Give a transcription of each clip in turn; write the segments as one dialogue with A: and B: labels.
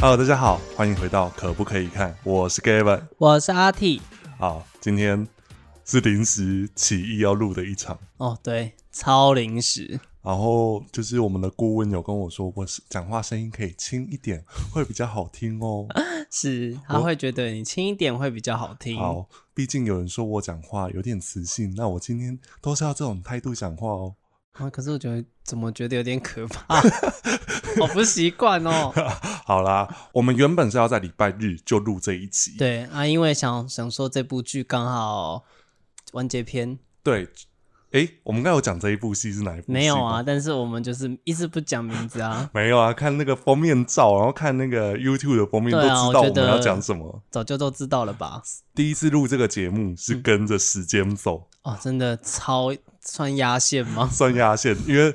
A: Hello，大家好，欢迎回到可不可以看？我是 Gavin。
B: 我是阿 T。
A: 好，今天是临时起意要录的一场，
B: 哦，对，超临时，
A: 然后就是我们的顾问有跟我说，我是讲话声音可以轻一点，会比较好听哦。
B: 嗯是他会觉得你轻一点会比较好听。
A: 好，毕竟有人说我讲话有点磁性，那我今天都是要这种态度讲话哦。
B: 啊，可是我觉得怎么觉得有点可怕， 好不习惯哦。
A: 好啦，我们原本是要在礼拜日就录这一集，
B: 对啊，因为想想说这部剧刚好完结篇
A: 对，诶，我们刚才有讲这一部戏是哪一部戏？，
B: 没有啊，。但是我们就是一直不讲名字啊
A: 没有啊，看那个封面照，然后看那个 YouTube 的封面，都
B: 对啊
A: 知道
B: 啊我觉
A: 我们要
B: 得
A: 讲什么。
B: 早就都知道了吧？
A: 第一次录这个节目是跟着时间走，
B: 哦，真的超算压线吗？
A: 算压线，因为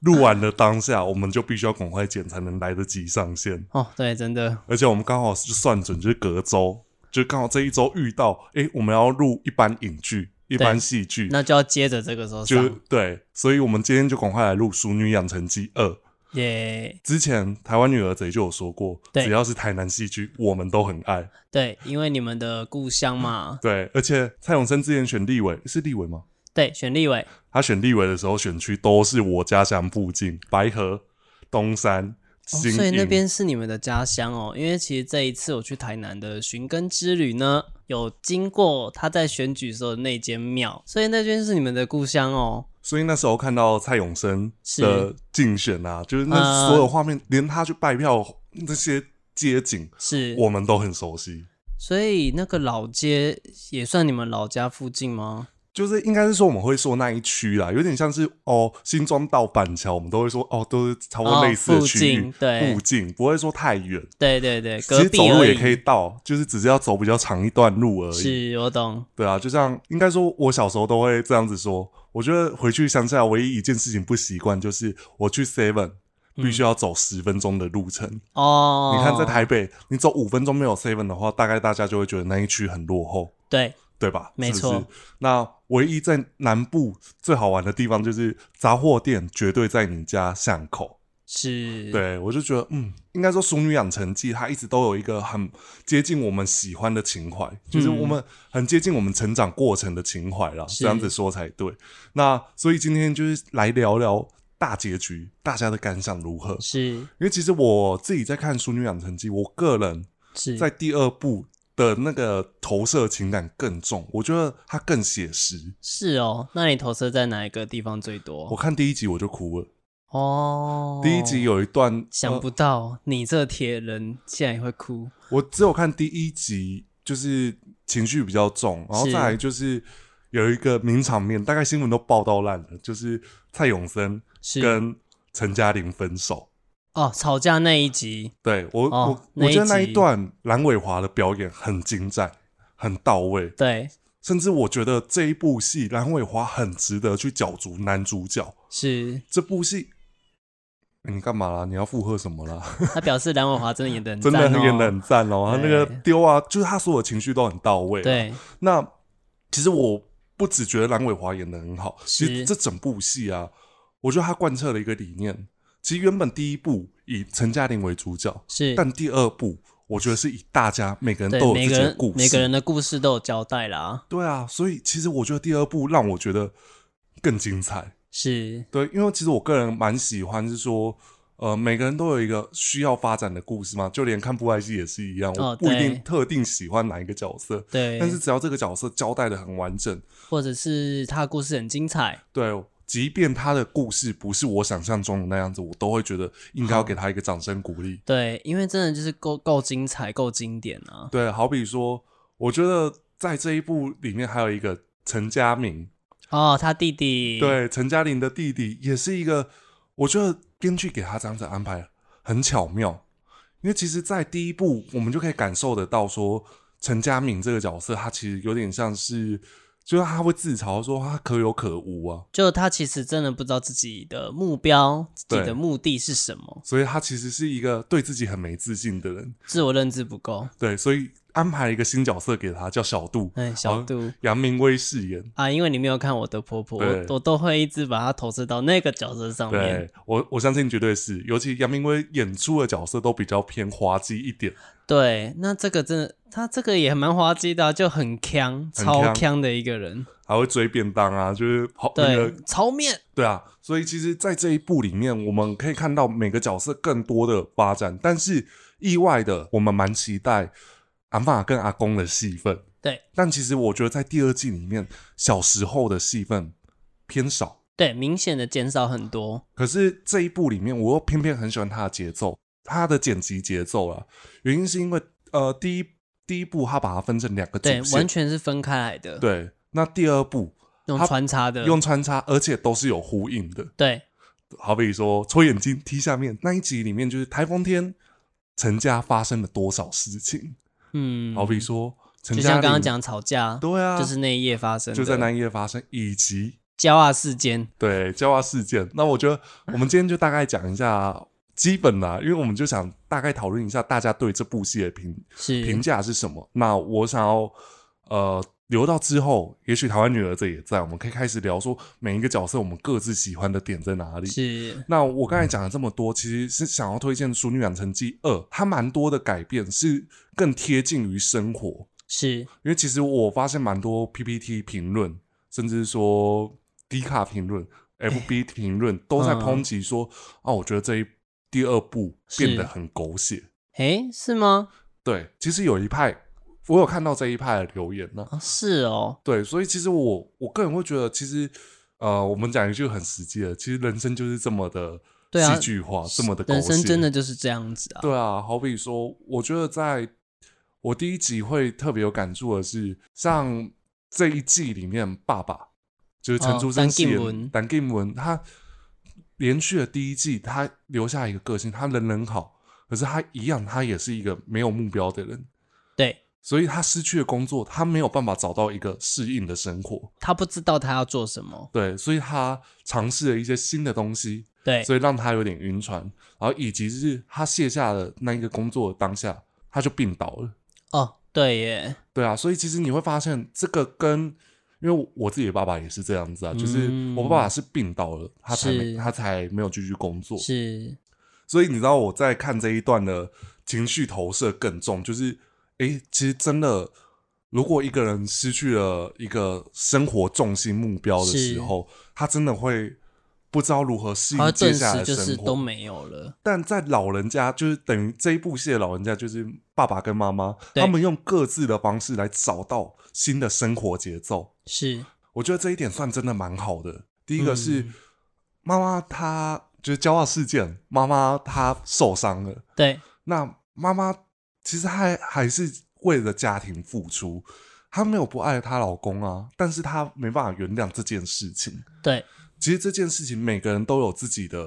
A: 录完的当下，我们就必须要赶快剪，才能来得及上线。
B: 哦，对，真的
A: 而且我们刚好是算准，就是隔周，就刚好这一周遇到，诶，我们要录一般影剧、一般戏剧，
B: 那就要接着这个时候
A: 就
B: 上
A: 对，所以我们今天就赶快来录《熟女养成记二》。
B: 耶。
A: 之前台湾女儿贼就有说过，
B: 对
A: 只要是台南戏剧，我们都很爱。
B: 对，因为你们的故乡嘛，
A: 对，而且蔡永生之前选立委是立委吗？
B: 对，选立委，
A: 他选立委的时候，选区都是我家乡附近，白河、东山、
B: 哦
A: 新、营。
B: 所以那边是你们的家乡哦，因为其实这一次我去台南的寻根之旅呢，有经过他在选举时候的那间庙，所以那间是你们的故乡哦。
A: 所以那时候看到蔡永生的
B: 是
A: 竞选啊，就是那
B: 呃
A: 所有画面，连他去拜票那些街景，
B: 是，
A: 我们都很熟悉。
B: 所以那个老街也算你们老家附近吗？
A: 就是应该是说我们会说那一区啦，有点像是哦，新庄到板桥，我们都会说哦，都是差不多类似的
B: 哦附
A: 区域，
B: 近对
A: 附近不会说太远，
B: 对对对，
A: 其
B: 隔
A: 实
B: 壁
A: 走路
B: 而
A: 也
B: 已
A: 可以到，就是只是要走比较长一段路而已。
B: 是我懂，
A: 对啊，就像应该说，我小时候都会这样子说。我觉得回去乡下唯一一件事情不习惯，就是我去 Seven 必须要走十分钟的路程。
B: 嗯哦。
A: 你看，在台北，你走五分钟没有 Seven 的话，大概大家就会觉得那一区很落后，
B: 对
A: 对吧？
B: 没错
A: 是不是那唯一在南部最好玩的地方就是杂货店绝对在你家巷口。
B: 是，
A: 对我就觉得，嗯，应该说《熟女养成记》它一直都有一个很接近我们喜欢的情怀，就是我们很接近我们成长过程的情怀啦，
B: 嗯是
A: 这样子说才对。那所以今天就是来聊聊大结局，大家的感想如何？
B: 是
A: 因为其实我自己在看《熟女养成记》，我个人
B: 是
A: 在第二部的那个投射情感更重，我觉得它更写实。
B: 是哦。那你投射在哪一个地方最多
A: 我？看第一集我就哭了，
B: 哦，
A: 第一集有一段呃
B: 想不到你这铁人竟然也会哭，
A: 我只有看第一集，就是情绪比较重，然后
B: 是
A: 再来就是有一个名场面，大概新闻都报道烂了，就是蔡永森
B: 是
A: 跟陈嘉玲分手。
B: 哦，吵架那一集，
A: 对我，
B: 哦
A: 我我觉得
B: 那
A: 那
B: 一集
A: 一段蓝伟华的表演很精湛，很到位，
B: 对，
A: 甚至我觉得这一部戏蓝伟华很值得去角逐男主角。
B: 是
A: 这部戏。哎你干嘛啦？你要附和什么啦？
B: 他表示梁伟华真的演的很、
A: 真
B: 赞
A: 的很
B: 哦
A: 演的很赞哦，他那个
B: 对
A: 丢啊，就是他所有情绪都很到位、啊。
B: 对，
A: 那其实我不只觉得蓝伟华演的很好，其实
B: 是
A: 这整部戏啊，我觉得他贯彻了一个理念。其实原本第一部以陈嘉玲为主角，
B: 是
A: 但第二部我觉得是以大家每个人
B: 对
A: 都有
B: 每
A: 自己
B: 个
A: 的
B: 人
A: 故事，
B: 每个人的故事都有交代啦，
A: 对啊，所以其实我觉得第二部让我觉得更精彩。
B: 是
A: 对，因为其实我个人蛮喜欢，是说，呃，每个人都有一个需要发展的故事嘛，就连看布莱希也是一样，我
B: 哦
A: 不一
B: 对
A: 定特定喜欢哪一个角色，
B: 对，
A: 但是只要这个角色交代的很完整，
B: 或者是他的故事很精彩，
A: 对，哦即便他的故事不是我想象中的那样子，我都会觉得应该要给他一个掌声鼓励。
B: 对，因为真的就是够够精彩，够经典啊，
A: 对，好比说，我觉得在这一部里面还有一个陈嘉明，
B: 哦，他弟弟，，
A: 对，陈嘉玲的弟弟也是一个，我觉得编剧给他这样子安排很巧妙，因为其实，在第一部我们就可以感受得到说，陈嘉明这个角色他其实有点像是，就是他会自嘲说他可有可无啊，
B: 就他其实真的不知道自己的目标、自己
A: 对
B: 的目的是什么，
A: 所以他其实是一个对自己很没自信的人。
B: 自我认知不够，
A: 对，所以安排了一个新角色给他，叫小杜，
B: 哎，小杜
A: 杨明威饰演。
B: 啊，因为你没有看我的婆婆，
A: 对
B: 我我都会一直把它投射到那个角色上面。
A: 对我，我相信绝对是，尤其杨明威演出的角色都比较偏滑稽一点，
B: 对，那这个真的，他这个也蛮滑稽的啊、就很强，
A: 很
B: 超
A: 呛
B: 强的一个人。
A: 还会追便当啊，就是好那个
B: 对，炒面，
A: 对啊，所以其实，在这一部里面，我们可以看到每个角色更多的发展，但是意外的，我们蛮期待阿妈跟阿公的戏份。
B: 对，
A: 但其实我觉得在第二季里面，小时候的戏份偏少。
B: 对，明显的减少很多。
A: 可是这一部里面，我又偏偏很喜欢他的节奏，他的剪辑节奏啊。原因是因为呃，第一第一部他把它分成两个主
B: 对，完
A: 线，
B: 全是分开来的，
A: 对，那第二部
B: 用
A: 它
B: 穿插的，
A: 用穿插，而且都是有呼应的。
B: 对
A: 好比说抽眼睛踢下面那一集里面，就是台风天，陈家发生了多少事情？
B: 嗯，
A: 好比说陈
B: 就
A: 家
B: 像刚刚
A: 里，
B: 讲吵架，
A: 对啊，
B: 就是那一夜发生的，
A: 就在那一夜发生，以及
B: 焦啊事件，
A: 对交化事件。那我觉得我们今天就大概讲一下基本啦、因为我们就想大概讨论一下大家对这部戏的评评
B: 是
A: 价是什么。那我想要呃。留到之后，也许台湾女儿这也在，我们可以开始聊说每一个角色我们各自喜欢的点在哪里。
B: 是，
A: 那我刚才讲了这么多，其实是想要推荐《淑女养成记二》，它蛮多的改变是更贴近于生活，
B: 是，
A: 因为其实我发现蛮多 PPT 评论，甚至说 D 卡评论、FB
B: 哎
A: 评论都在抨击说、啊，我觉得这一第二部变得
B: 嗯是
A: 很狗血。
B: 诶，是吗？
A: 对，其实有一派，我有看到这一派的留言呢、
B: 啊，是哦，
A: 对，所以其实我我个人会觉得，其实呃，我们讲一句很实际的，其实人生就是这么的
B: 对啊
A: 戏剧化，哦这么的狗血。
B: 人生真的就是这样子啊，
A: 对啊，好比说，我觉得在我第一集会特别有感触的是，像这一季里面，爸爸就是陈
B: 哦
A: 竹
B: 陈
A: 生饰
B: 敬
A: 演
B: 文
A: Dan Kim 文，他连续的第一季，他留下一个个性，他人人好，可是他一样，他也是一个没有目标的人，
B: 对
A: 所以他失去了工作，他没有办法找到一个适应的生活，
B: 他不知道他要做什么，
A: 对，所以他尝试了一些新的东西，
B: 对，
A: 所以让他有点晕船，然后以及是他卸下了那一个工作的当下，他就病倒了。
B: 哦，对耶，
A: 对啊，所以其实你会发现这个跟，因为我自己的爸爸也是这样子啊，就是
B: 嗯
A: 我爸爸是病倒了，他才没
B: 是
A: 他才没有继续工作，
B: 是，
A: 所以你知道我在看这一段的情绪投射更重，就是诶，其实真的，如果一个人失去了一个生活重心目标的时
B: 是
A: 候，他真的会不知道如何适
B: 他
A: 应
B: 会
A: 接
B: 顿
A: 下来
B: 时
A: 的
B: 就
A: 生活，
B: 是都没有了，
A: 但在老人家，就是等于这一部戏的老人家，就是爸爸跟妈妈，
B: 对
A: 他们用各自的方式来找到新的生活节奏。
B: 是
A: 我觉得这一点算真的蛮好的。第一个是
B: 嗯
A: 妈妈她就是骄傲事件，妈妈她受伤了，
B: 对，
A: 那妈妈其实还还是为了家庭付出，她没有不爱她老公啊，但是她没办法原谅这件事情。
B: 对，
A: 其实这件事情每个人都有自己的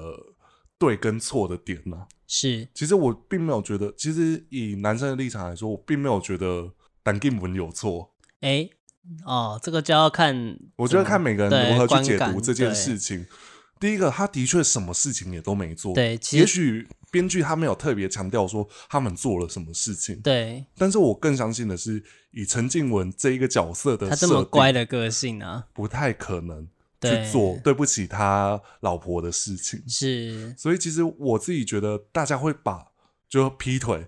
A: 对跟错的点啊呢、
B: 是，
A: 其实我并没有觉得，其实以男生的立场来说，我并没有觉得丹金文有错。
B: 诶，哦，这个就要看，
A: 我觉得看每个人如何去解
B: 嗯观
A: 读
B: 感
A: 这件
B: 对
A: 事情。第一个，他的确什么事情也都没做。
B: 对其实
A: 也许编剧他没有特别强调说他们做了什么事情，
B: 对
A: 但是我更相信的是，以陈静文这一个角色的
B: 他这
A: 设
B: 么乖
A: 定，
B: 的个性啊，
A: 不太可能去
B: 对
A: 做对不起他老婆的事情。
B: 是
A: 所以其实我自己觉得，大家会把就劈腿、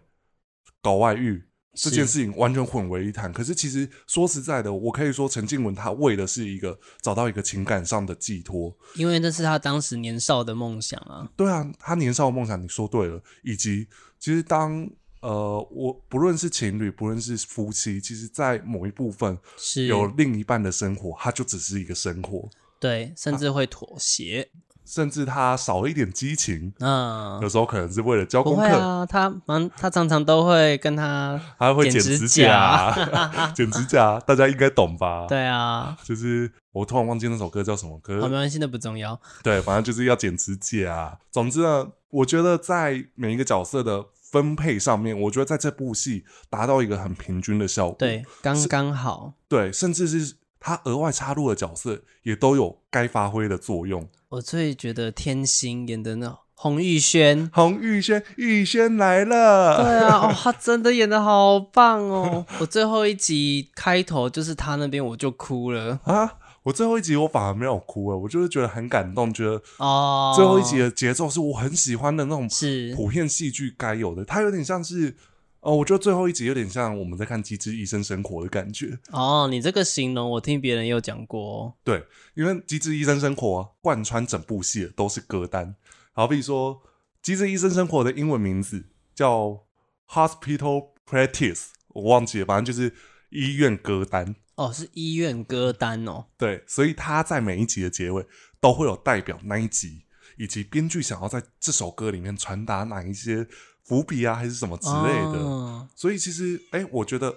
A: 搞外遇这件事情完全混为一谈。可是其实说实在的，我可以说陈静文她为的是一个找到一个情感上的寄托。
B: 因为那是他当时年少的梦想啊，
A: 对啊，她年少的梦想，你说对了。以及其实当呃，我不论是情侣，不论是夫妻，其实，在某一部分
B: 是
A: 有另一半的生活，它就只是一个生活，
B: 对，甚至会妥协，
A: 甚至他少一点激情。
B: 嗯
A: 有。时候可能是为了交
B: 不
A: 功
B: 会
A: 课，
B: 啊，他蛮他常常都会跟他，
A: 他会剪
B: 剪
A: 指
B: 指
A: 甲， 剪指甲，大家应该懂吧？，
B: 对啊，
A: 就是我突然忘记那首歌叫什么
B: 好，没
A: 歌，
B: 关系，那不重要。
A: 对，反正就是要剪指甲。总之呢，我觉得在每一个角色的分配上面，我觉得在这部戏达到一个很平均的效果。
B: 对，刚刚好。
A: 对，甚至是他额外插入的角色也都有该发挥的作用。。
B: 我最觉得天心演的那洪玉轩
A: 洪玉轩，玉轩来了。
B: 对啊，哦，他真的演的好棒哦！我最后一集开头就是他那边我就哭了
A: 啊！我最后一集我反而没有哭了，欸我就是觉得很感动，觉得
B: 哦。
A: 最后一集的节奏是我很喜欢的那种
B: 是
A: 普遍戏剧该有的，它有点像是。哦，我觉得最后一集有点像我们在看《机智医生生活》的感觉，
B: 哦，你这个形容我听别人有讲过哦、
A: 对，因为《机智医生生活》啊贯穿整部戏的都是歌单，好比说，《机智医生生活》的英文名字叫 Hospital Practice，我忘记了，反正就是医院歌单。
B: 哦，是医院歌单哦。
A: 对，所以他在每一集的结尾都会有代表那一集，以及编剧想要在这首歌里面传达哪一些伏笔啊，还是什么之类的。
B: 哦
A: 所以其实，哎、我觉得，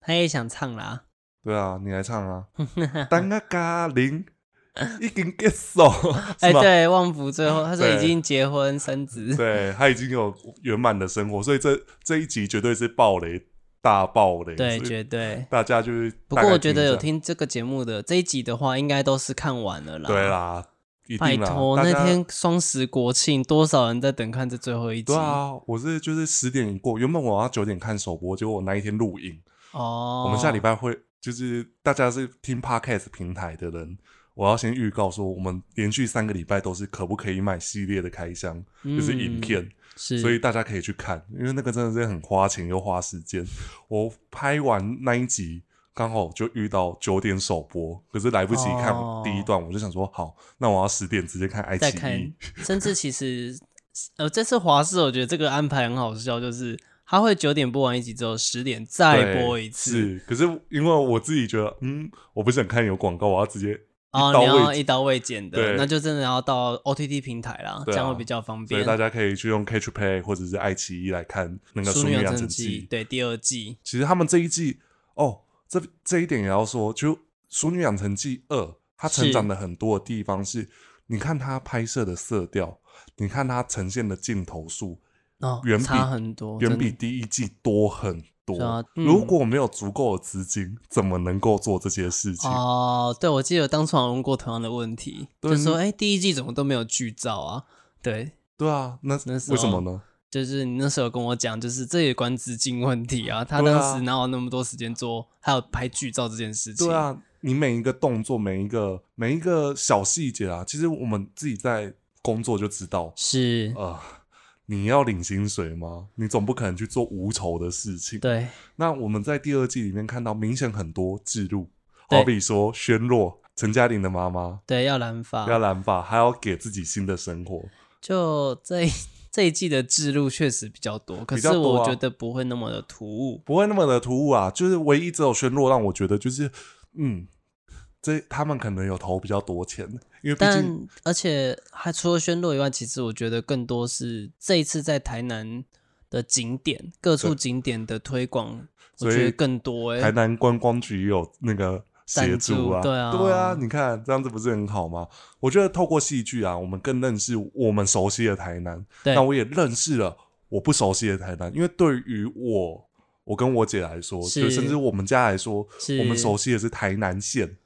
B: 他也想唱啦。
A: 对啊，你来唱 啊，当啊嘎铃已经结束，
B: 哎、
A: 是吧？
B: 对，旺福最后他说
A: 对
B: 已经结婚生子，
A: 对他已经有圆满的生活，所以这这一集绝对是暴雷大暴雷，
B: 对，
A: 所以
B: 绝对。
A: 大家就是
B: 不
A: 大概
B: 过我
A: 听
B: 觉
A: 一
B: 得有
A: 下，
B: 听这个节目的这一集的话，应该都是看完了啦。
A: 对，啦，一
B: 啊拜
A: 定啦，
B: 托，
A: 大
B: 那
A: 家
B: 天双十国庆，多少人在等看这最后一集？
A: 对啊，我是就是十点一过，原本我要九点看首播，结果我那一天录影。
B: 哦，
A: 我们下礼拜会就是大家是听 podcast 平台的人，我要先预告说，我们连续三个礼拜都是可不可以买系列的开箱，就是影片，
B: 嗯是，
A: 所以大家可以去看，因为那个真的是很花钱又花时间。我拍完那一集。刚好就遇到九点首播，可是来不及看
B: 哦
A: 第一段，我就想说好，那我要十点直接看爱
B: 再
A: 奇艺
B: 看。甚至其实，呃，这次华视我觉得这个安排很好笑，就是他会九点播完一集之后，十点再
A: 对
B: 播一次。
A: 是，可是因为我自己觉得，嗯，我不是很看有广告，我要直接
B: 哦
A: 一，刀
B: 你要
A: 未剪
B: 一刀未剪的，
A: 对
B: 那就真的要到 OTT 平台啦，
A: 对啊
B: 这样会比较方
A: 所
B: 便
A: 以。大家可以去用 Catch Play 或者是爱奇艺来看那个《淑
B: 女
A: 女
B: 养
A: 养成
B: 成
A: 记》
B: 对第二季，
A: 其实他们这一季哦，这这一点也要说，就《淑女养成记二》，它成
B: 是
A: 长的很多的地方是，你看它拍摄的色调，你看它呈现的镜头数，
B: 哦，
A: 远比
B: 差很多，
A: 远
B: 真的
A: 比第一季多很多。
B: 是啊嗯
A: 如果没有足够的资金，怎么能够做这些事情？
B: 哦，对，我记得当初好像问过同样的问题，
A: 对嗯
B: 就是说，哎，第一季怎么都没有剧照啊？对，
A: 对啊，那
B: 那时候
A: 为什么呢？
B: 就是你那时候有跟我讲，就是这也关资金问题啊，他
A: 对啊
B: 当时哪有那么多时间做，还有拍剧照这件事情？
A: 对，啊，你每一个动作，每一个每一个小细节啊，其实我们自己在工作就知道，
B: 是，
A: 啊、你要领薪水吗？你总不可能去做无酬的事情。
B: 对，
A: 那我们在第二季里面看到明显很多制度，
B: 对
A: 好比说宣若、陈嘉玲的妈妈
B: 对，要染发，
A: 要染发，还要给自己新的生活。
B: 就这一这一季的制度确实比较多，可
A: 比
B: 是
A: 较多
B: 我
A: 啊
B: 觉得不会那么的突兀。
A: 不会那么的突兀啊。就是唯一只有宣洛让我觉得就是，嗯，这他们可能有投比较多钱，因为毕竟
B: 但而且还除了宣洛以外，其实我觉得更多是这一次在台南的景点各处
A: 对
B: 景点的推广，我
A: 所以
B: 觉得更多哎、
A: 台南观光局也有那个。协助啊，
B: 赞助对啊
A: 对啊，你看这样子不是很好吗？我觉得透过戏剧啊，我们更认识我们熟悉的台南，
B: 对
A: 那我也认识了我不熟悉的台南，因为对于我，我跟我姐来说，
B: 是
A: 就甚至我们家来说，
B: 是
A: 我们熟悉的是台南县，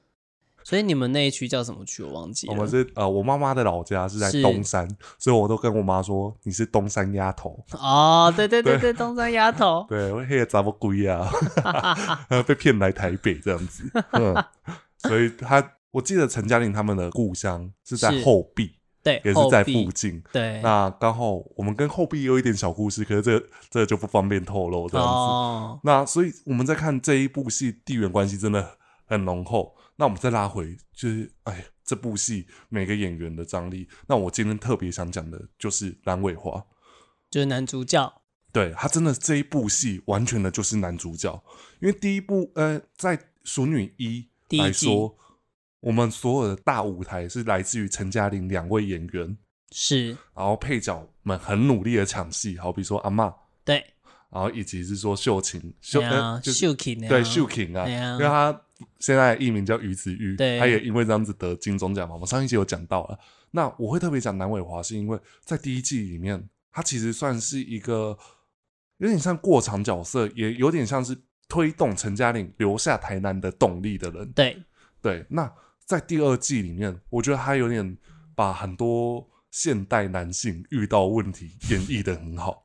B: 所以你们那一区叫什么区？我忘记了。
A: 我们是呃，我妈妈的老家是在
B: 是
A: 东山，所以我都跟我妈说你是东山丫头，
B: 哦，对对对对，东山 丫头
A: 对，我黑个杂么鬼 啊，被骗来台北这样子，嗯，所以她我记得陈嘉玲他们的故乡是在
B: 是
A: 后壁，
B: 对，
A: 也是在
B: 后壁
A: 附近，
B: 对
A: 那刚好我们跟后壁有一点小故事，可是这这就不方便透露这样子。
B: 哦，
A: 那所以我们在看这一部戏，地缘关系真的很浓厚。那我们再拉回，就是哎，这部戏每个演员的张力。那我今天特别想讲的就是蓝伟华，
B: 就是男主角
A: 对他真的这一部戏完全的就是男主角，因为第一部呃，在《熟女一
B: 第》一
A: 来
B: 季
A: 说，我们所有的大舞台是来自于陈嘉玲两位演员，
B: 是
A: 然后配角们很努力的抢戏，好比说阿嬷，
B: 对，
A: 然后以及是说秀琴秀、
B: 哎
A: 呃
B: 呀，
A: 就是
B: 秀琴啊
A: 对秀琴啊，
B: 哎呀
A: 因为他现在的艺名叫于子玉，
B: 对
A: 他也因为这样子得金钟奖嘛。我们上一集有讲到了。那我会特别讲南伟华，是因为在第一季里面，他其实算是一个有点像过场角色，也有点像是推动陈嘉玲留下台南的动力的人。
B: 对
A: 对，那在第二季里面，我觉得他有点把很多现代男性遇到问题演绎的很好。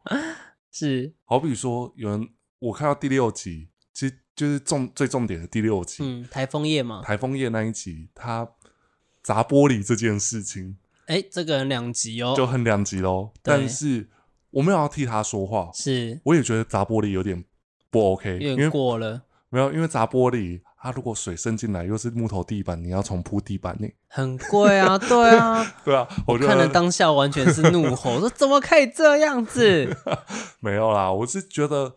B: 是，
A: 好比说，有人我看到第六集，其实就是重最重点的第六集，
B: 嗯，台风夜嘛，
A: 台风夜那一集，他砸玻璃这件事情
B: 哎、这个人两集哦，
A: 就很两极喽。
B: 对
A: 但是我没有要替他说话，
B: 是
A: 我也觉得砸玻璃有点不 OK，
B: 有
A: 因
B: 点
A: 为
B: 过了，
A: 没有因为砸玻璃，它如果水渗进来又是木头地板，你要重铺地板呢、
B: 很贵啊，对啊，
A: 对啊，我觉
B: 看了
A: 得
B: 当下完全是 怒吼，说怎么可以这样子？
A: 没有啦，我是觉得，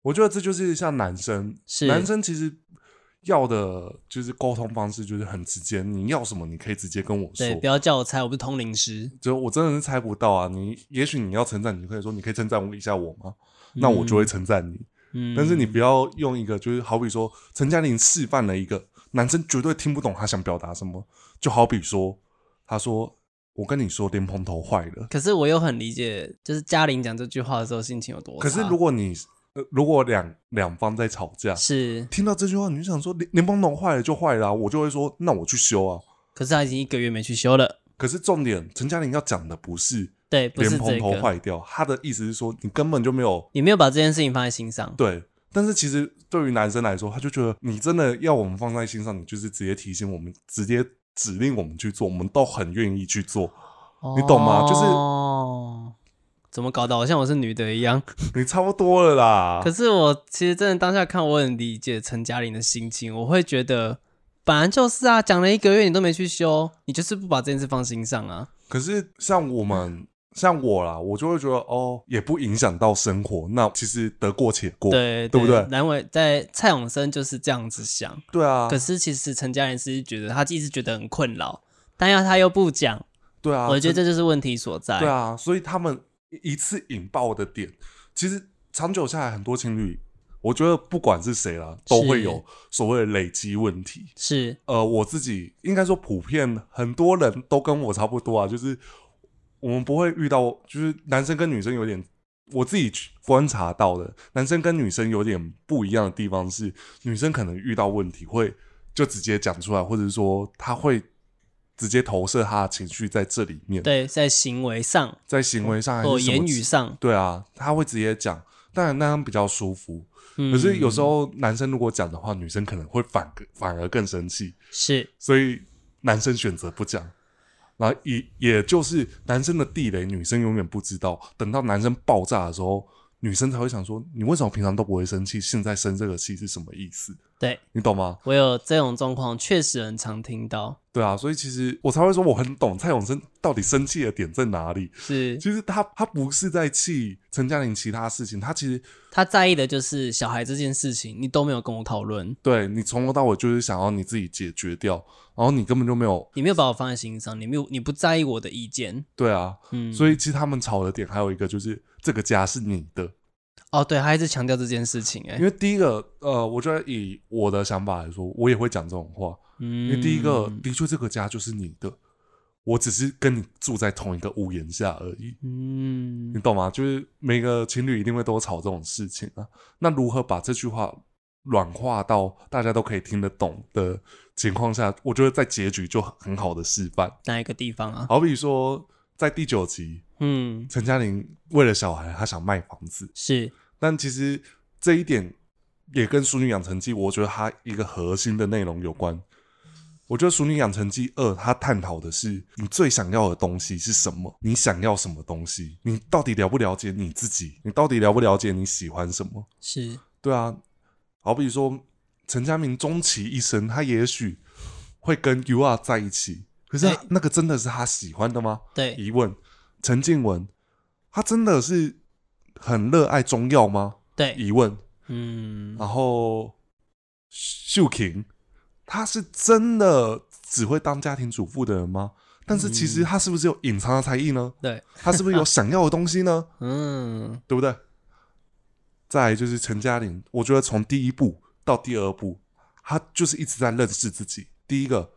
A: 我觉得这就是像男生，
B: 是
A: 男生其实要的就是沟通方式就是很直接，你要什么你可以直接跟我说
B: 对，。不要叫我猜，我不是通灵师，
A: 就我真的是猜不到啊！你也许你要称赞，你就可以说你可以称赞我一下我吗？那我就会称赞你。
B: 嗯，
A: 但是你不要用一个就是好比说陈嘉玲示范了一个男生绝对听不懂他想表达什么，就好比说他说我跟你说莲蓬头坏了，
B: 可是我又很理解，就是嘉玲讲这句话的时候心情有多
A: 可
B: 差。
A: 是如果你、呃、如果两两方在吵架，
B: 是，
A: 听到这句话，你就想说连连蓬头坏了就坏了啊、我就会说那我去修啊。
B: 可是他已经一个月没去修了，
A: 可是重点，陈嘉玲要讲的不是
B: 对，不
A: 连
B: 是
A: 蓬
B: 这
A: 头
B: 个，
A: 坏掉，她的意思是说你根本就没有
B: 你没有把这件事情放在心上。
A: 对。但是其实对于男生来说，他就觉得你真的要我们放在心上，你就是直接提醒我们，直接指令我们去做，我们都很愿意去做。你懂吗就是
B: 哦，怎么搞的？好像我是女的一样。
A: 你差不多了啦。
B: 可是我其实真的当下看，我很理解陈嘉玲的心情，我会觉得。本来就是啊，讲了一个月你都没去修，你就是不把这件事放心上啊。
A: 可是像我们，像我啦，我就会觉得哦，也不影响到生活，那其实得过且过，
B: 对
A: 对不对
B: 阑尾在蔡永生就是这样子想，
A: 对啊，
B: 可是其实陈嘉玲是觉得他一直觉得很困扰，但要他又不讲，
A: 对啊，
B: 我
A: 这
B: 觉得这就是问题所在。
A: 对啊，所以他们一一次引爆的点，其实长久下来，很多情侣，我觉得不管是谁啦，都会
B: 是
A: 有所谓的累积问题。
B: 是
A: 呃，我自己应该说，普遍很多人都跟我差不多啊，就是我们不会遇到，就是男生跟女生有点，我自己去观察到的，男生跟女生有点不一样的地方是，女生可能遇到问题会就直接讲出来，或者说她会直接投射她的情绪在这里面。
B: 对，在行为上
A: 在行为上还
B: 或
A: 是什么
B: 哦言语上，
A: 对啊，他会直接讲，当然那样比较舒服。
B: 嗯
A: 可是有时候男生如果讲的话，女生可能会反反而更生气，
B: 是
A: 所以男生选择不讲。然后也也就是男生的地雷，女生永远不知道。等到男生爆炸的时候，女生才会想说：你为什么平常都不会生气，现在生这个气是什么意思？
B: 对
A: 你懂吗？
B: 我有这种状况，确实很常听到，
A: 对啊，所以其实我才会说我很懂蔡永生到底生气的点在哪里。
B: 是
A: 其实他他不是在气陈嘉玲其他事情，他其实
B: 他在意的就是小孩这件事情，你都没有跟我讨论，
A: 对你从头到尾就是想要你自己解决掉，然后你根本就没有
B: 你没有把我放在心上，你没有你不在意我的意见，
A: 对啊，
B: 嗯，
A: 所以其实他们吵的点还有一个就是这个家是你的，
B: 哦，对，他一直强调这件事情、欸，
A: 因为第一个呃，我觉得以我的想法来说，我也会讲这种话，因
B: 嗯，
A: 为第一个、的确这个家就是你的，我只是跟你住在同一个屋檐下而已，
B: 嗯
A: 你，懂吗？就是每个情侣一定会都吵这种事情啊，那如何把这句话？软化到大家都可以听得懂的情况下，我觉得在结局就很好的示范。
B: 哪一个地方啊？
A: 好比说，在第九集，
B: 嗯，
A: 陈嘉玲为了小孩，她想卖房子，
B: 是
A: 但其实这一点也跟《淑女养成记》，我觉得它一个核心的内容有关。我觉得《淑女养成记二》它探讨的是你最想要的东西是什么，你想要什么东西，你到底了不了解你自己，你到底了不了解你喜欢什么？
B: 是，
A: 对啊，好比说陈嘉明终其一生，他也许会跟 U R 在一起，可是
B: 哎
A: 那个真的是他喜欢的吗？
B: 对，
A: 疑问。陈静文，他真的是很热爱中药吗？
B: 对，
A: 疑问。
B: 嗯，
A: 然后秀琴，他是真的只会当家庭主妇的人吗？但是其实他是不是有隐藏的才艺呢？
B: 对，
A: 他是不是有想要的东西呢？
B: 嗯，
A: 对不对？再来就是陈嘉玲，我觉得从第一步到第二步，她就是一直在认识自己。第一个，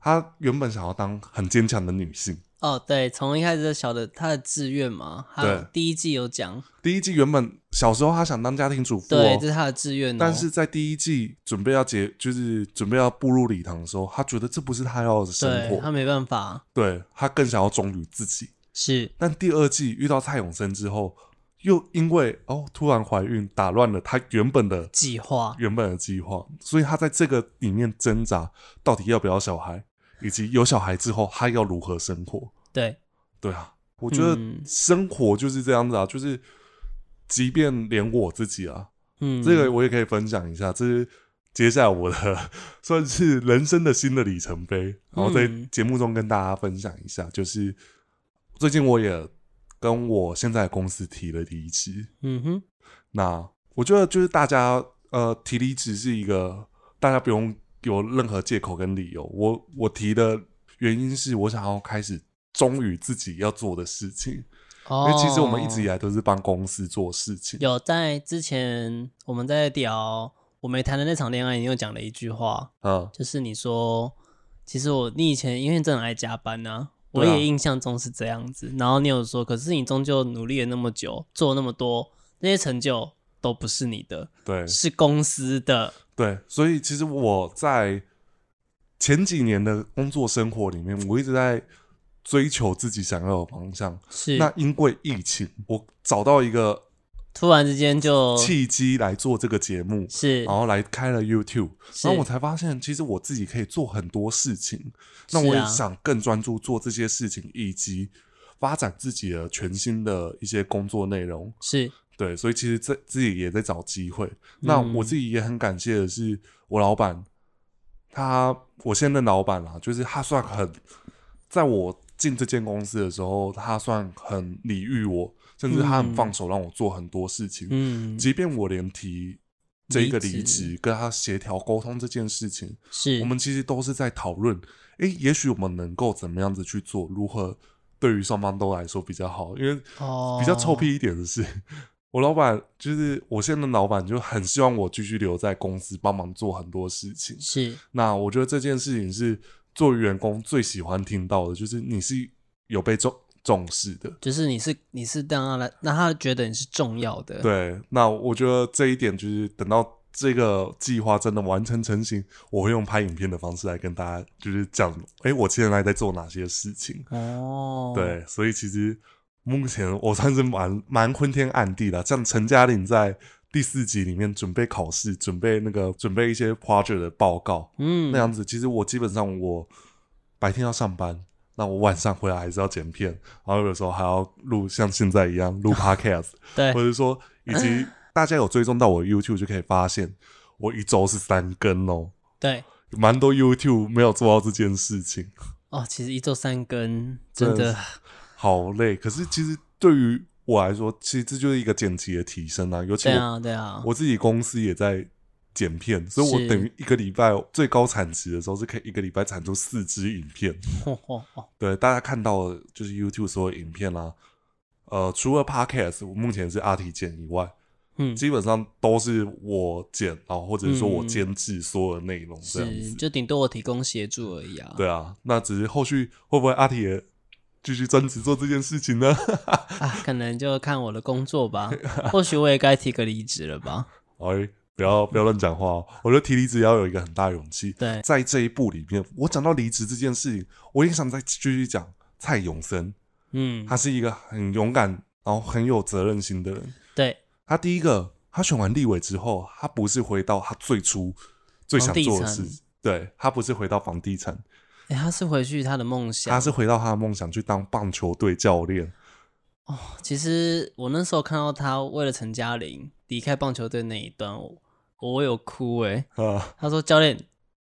A: 她原本想要当很坚强的女性，
B: 哦，对，从一开始就晓得他的志愿嘛，还有
A: 对
B: 第一季有讲，
A: 第一季原本小时候他想当家庭主妇、哦，
B: 对，这是他的志愿、哦。
A: 但是在第一季准备要结，就是准备要步入礼堂的时候，他觉得这不是他要的生
B: 对
A: 活，
B: 他没办法，
A: 对他更想要忠于自己。
B: 是
A: 但第二季遇到蔡永生之后，又因为哦突然怀孕，打乱了他原本的
B: 计划。
A: 原本的计划，所以他在这个里面挣扎，到底要不要小孩，以及有小孩之后他要如何生活。
B: 对，
A: 对啊，我觉得
B: 嗯
A: 生活就是这样子啊，就是即便连我自己啊，
B: 嗯，
A: 这个我也可以分享一下，这是接下来我的 算是人生的新的里程碑，然后在
B: 嗯
A: 节目中跟大家分享一下，就是最近我也跟我现在的公司提了离职，
B: 嗯哼，
A: 那我觉得就是大家呃提离职是一个大家不用有任何借口跟理由，我我提的原因是我想要开始忠于自己要做的事情，
B: 哦，
A: 因为其实我们一直以来都是帮公司做事情，
B: 有在之前我们在聊我没谈的那场恋爱，你又讲了一句话，
A: 嗯，
B: 就是你说，其实我你以前因为真的很爱加班呐、我
A: 对啊
B: 也印象中是这样子。然后你有说，可是你终究努力了那么久，做了那么多，那些成就都不是你的，
A: 对，
B: 是公司的。
A: 对，所以其实我在前几年的工作生活里面，我一直在追求自己想要的方向。
B: 是
A: 那因为疫情，我找到一个
B: 突然之间就
A: 契机来做这个节目，
B: 哦是
A: 然后来开了 YouTube，
B: 是
A: 然哦后我才发现，其实我自己可以做很多事情。那
B: 是
A: 我也
B: 啊
A: 想更专注做这些事情，以及发展自己的全新的一些工作内容。
B: 是
A: 对，所以其实这自己也在找机会。那
B: 嗯
A: 我自己也很感谢的是，我老板，他我现任老板啦，就是他算很，在我进这间公司的时候，他算很礼遇我，甚至他很放手让我做很多事情。
B: 嗯
A: 即便我连提这个离
B: 离职
A: 职，跟他协调沟通这件事情，
B: 是
A: 我们其实都是在讨论，诶，也许我们能够怎么样子去做，如何对于双方都来说比较好，因为。
B: 哦
A: 比较臭屁一点的是，我老板就是我现在的老板就很希望我继续留在公司帮忙做很多事情。
B: 是
A: 那我觉得这件事情是作为员工最喜欢听到的，就是你是有被重重视的。
B: 就是你是你是让他来让他觉得你是重要的，
A: 对，那我觉得这一点就是等到这个计划真的完成成型，我会用拍影片的方式来跟大家就是讲，诶，我现在在做哪些事情。
B: 哦，
A: 对，所以其实目前我算是蛮蛮昏天暗地的。像陈嘉玲在第四集里面准备考试，准备那个准备一些 project 的报告、
B: 嗯
A: 那样子，其实我基本上我白天要上班，那我晚上回来还是要剪片，然后有时候还要录像现在一 样录 podcast，
B: 对
A: 或者说以及大家有追踪到我的 YouTube 就可以发现，我一周是三更哦。
B: 对
A: 蛮多 YouTube 没有做到这件事情，
B: 哦，其实一周三更真
A: 真的
B: 的
A: 好累。可是其实对于我来说，其实这就是一个剪辑的提升啊。尤其
B: 对
A: 我、
B: 啊对啊，
A: 我自己公司也在剪片，所以我
B: 是
A: 等于一个礼拜最高产值的时候是可以一个礼拜产出四支影片。
B: 吼吼吼
A: 对，大家看到的就是 YouTube 所有影片啦、呃，除了 Podcast，我目前是阿提剪以外，
B: 嗯，
A: 基本上都是我剪，然、后或者是说我
B: 嗯
A: 监制所有的内容这样
B: 是
A: 子。
B: 就顶多我提供协助而已啊。
A: 对啊，那只是后续会不会阿提也继续专职做这件事情呢？
B: 啊，可能就看我的工 作吧，或许我也该提个离职了吧。
A: 哎，不要不要乱讲话哦！我觉得提离职要有一个很大的勇气。
B: 对
A: 在这一步里面，我讲到离职这件事情，我也想再继续讲蔡永森，
B: 嗯，
A: 他是一个很勇敢，然后很有责任心的人。
B: 对，
A: 他第一个，他选完立委之后，他不是回到他最初最想做的
B: 房地
A: 事
B: 产，
A: 对他不是回到房地产，
B: 哎、他是回去他的梦想。
A: 他是回到他的梦想去当棒球队教练。
B: 哦其实我那时候看到他为了陈嘉玲离开棒球队那一段，我我有哭诶、
A: 啊，
B: 他说教练，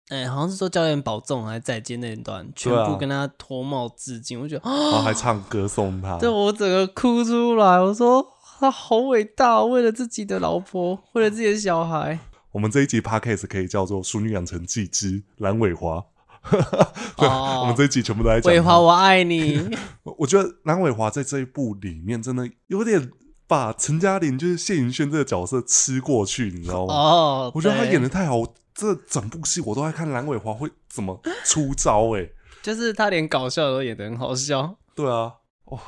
B: 哎、好像是说教练保重还是再见那一段，全
A: 对啊
B: 部跟他脱帽致敬，我觉得
A: 然后
B: 啊，
A: 还唱歌送他。
B: 对我整个哭出来，我说。他好伟大，为了自己的老婆，为了自己的小孩，
A: 我们这一集 podcast 可以叫做《淑女养成记之蓝伟华》 对，
B: 哦
A: 我们这一集全部都在讲
B: 伟华，
A: 他。
B: 我爱你。
A: 我我觉得蓝伟华在这一部里面真的有点把陈嘉玲就是谢盈萱这个角色吃过去，你知道吗？
B: 哦，
A: 我觉得他
B: 对
A: 演的太好，我这整部戏我都在看蓝伟华会怎么出招、欸。哎，
B: 就是他连搞笑的都演得很好笑，
A: 对啊，
B: 我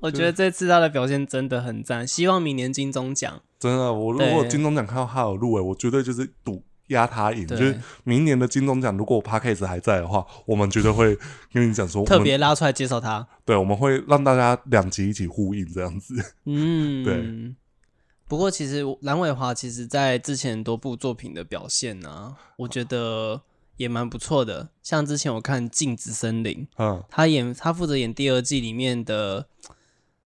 B: 我觉得这次他的表现真的很赞，希望明年金钟奖
A: 真的，我如
B: 对
A: 果金钟奖看到他有入欸围，我绝对就是赌压他赢。就
B: 对
A: 是明年的金钟奖，如果 p a c k a s e 还在的话，我们绝对会跟你讲说，
B: 特
A: 我们
B: 别拉出来介绍他。
A: 对，我们会让大家两集一起呼应这样子。
B: 嗯，
A: 对。
B: 不过，其实蓝伟华其实在之前多部作品的表现呢、我觉得也蛮不错的。像之前我看《镜子森林》，
A: 嗯，
B: 她演她负责演第二季里面的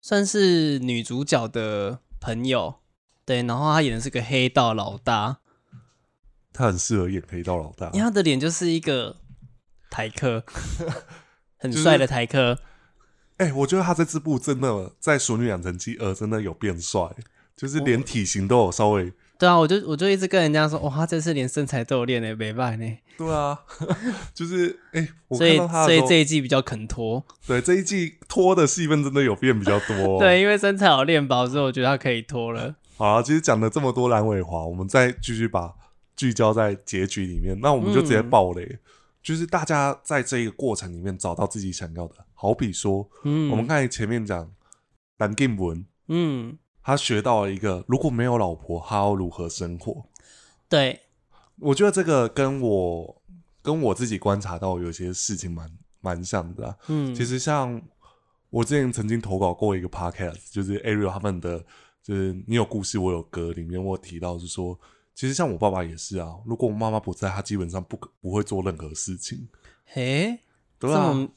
B: 算是女主角的朋友，对，然后她演的是个黑道老大，
A: 他很适合演黑道老大
B: 因为，她的脸就是一个台 客，很帅的台客，
A: 哎、我觉得他在这部真的在《熟女养成记二》真的有变帅，就是连体型都有稍微。
B: 对啊，我就我就一直跟人家说，哇，她这次连身材都有练欸诶，没败呢，
A: 对啊， 就是哎、我
B: 所以
A: 看到他
B: 所
A: 的
B: 以
A: 时候
B: 这，一季比较肯拖，
A: 对这一季拖的戏份真的有变比较多、哦。
B: 对，因为身材有练饱，所以我觉得她可以拖了，
A: 好啊，其实讲了这么多蓝伟华，我们再继续把聚焦在结局里面，那我们就直
B: 嗯
A: 接爆雷，就是大家在这个过程里面找到自己想要的。好比说，
B: 嗯，
A: 我们刚才前面讲蓝定文，
B: 嗯，
A: 他学到了一个如果没有老婆，他要如何生活。
B: 对，
A: 我觉得这个跟我跟我自己观察到有些事情蛮蛮像的啊、
B: 嗯，
A: 其实像我之前曾经投稿过一个 podcast，就是 Ariel 他们的，就是你有故事我有歌里面我有提到是说，其实像我爸爸也是啊，如果我妈妈不在，他基本上不可不会做任何事情，
B: 诶，这
A: 对啊，
B: 么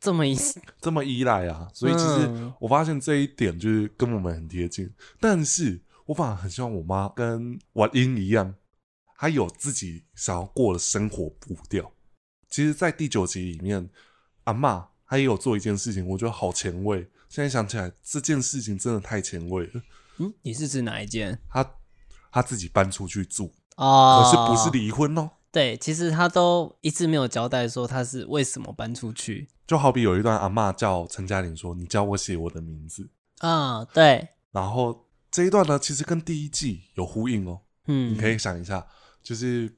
B: 这么一
A: 这么依赖啊，所以其实
B: 嗯
A: 我发现这一点就是跟我们很贴近，但是我反而很希望我妈跟婉英一样，她有自己想要过的生活步调。其实，在第九集里面，阿嬷她也有做一件事情，我觉得好前卫。现在想起来，这件事情真的太前卫了。
B: 嗯，你是指哪一件？
A: 她她自己搬出去住，
B: 哦，
A: 可是不是离婚哦。
B: 对，其实他都一直没有交代说他是为什么搬出去
A: 就好比有一段阿嬷叫陈嘉玲说：“你教我写我的名字。
B: 啊。对，”
A: 然后这一段呢，其实跟第一季有呼应哦。
B: 嗯，
A: 你可以想一下，就是